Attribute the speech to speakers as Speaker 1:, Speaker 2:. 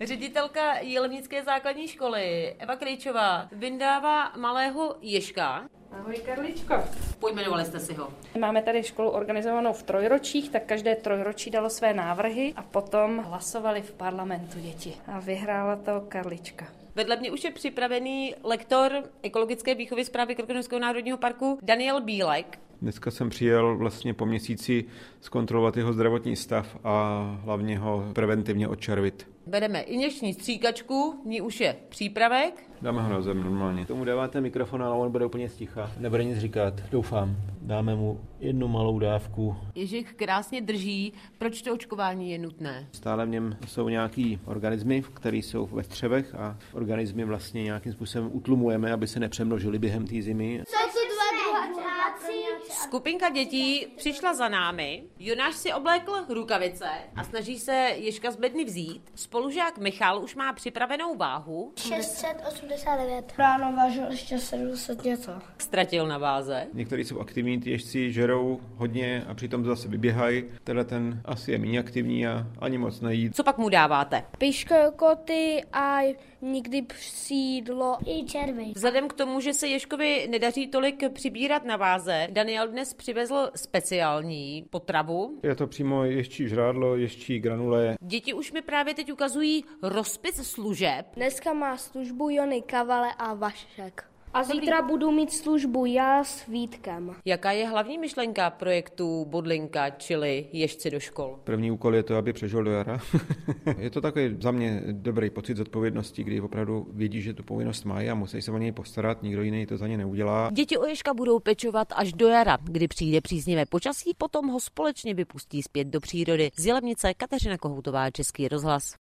Speaker 1: Ředitelka Jelovnické základní školy Eva Krejčová vyndává malého Ježka.
Speaker 2: Ahoj Karličko.
Speaker 1: Pojmenovali jste si ho.
Speaker 2: Máme tady školu organizovanou v trojročích, tak každé trojročí dalo své návrhy a potom hlasovali v parlamentu děti. A vyhrála to Karlička.
Speaker 1: Vedle mě už je připravený lektor ekologické výchovy zprávy Krkonošského národního parku Daniel Bílek.
Speaker 3: Dneska jsem přijel vlastně po měsíci zkontrolovat jeho zdravotní stav a hlavně ho preventivně odčervit.
Speaker 1: Bereme injekční stříkačku, v ní už je přípravek.
Speaker 3: Dáme ho na zem normálně.
Speaker 4: Tomu dáváte mikrofon, ale on bude úplně sticha. Nebude nic říkat, doufám. Dáme mu jednu malou dávku.
Speaker 1: Ježek krásně drží, proč to očkování je nutné.
Speaker 4: Stále v něm jsou nějaký organismy, které jsou ve střevech a organismy vlastně nějakým způsobem utlumujeme, aby se nepřemnožili během té zimy.
Speaker 5: Jsou dva druháci.
Speaker 1: Skupinka dětí přišla za námi, Jonáš si oblékl rukavice a snaží se Ježka z bedny vzít. Spolužák Michal už má připravenou váhu,
Speaker 5: 689. Ráno vážil ještě 700 něco.
Speaker 1: ztratil na váze.
Speaker 3: Někteří jsou aktivní, ty ježci žerou hodně a přitom zase vyběhají. Teda ten asi je méně aktivní a ani moc nejí.
Speaker 1: Co pak mu dáváte?
Speaker 5: Piškoty a nikdy sídlo. I červy.
Speaker 1: Vzhledem k tomu, že se Ježkovi nedaří tolik přibírat na váze, Daniel dnes přivezl speciální potravu.
Speaker 3: Je to přímo ješčí žrádlo, ješčí granule.
Speaker 1: Děti už mi právě teď ukazují rozpis služeb.
Speaker 5: Dneska má službu Jony Kavale a Vašek. A zítra budu mít službu já s Vítkem.
Speaker 1: Jaká je hlavní myšlenka projektu Bodlinka, čili ježci do škol?
Speaker 3: První úkol je to, aby přežil do jara. je to takový za mě dobrý pocit zodpovědnosti, kdy opravdu vědí, že tu povinnost mají a musí se o něj postarat, nikdo jiný to za ně neudělá.
Speaker 1: Děti o Ježka budou pečovat až do jara, kdy přijde příznivé počasí, potom ho společně vypustí zpět do přírody. Z Jelemnice Kateřina Kohoutová, Český rozhlas.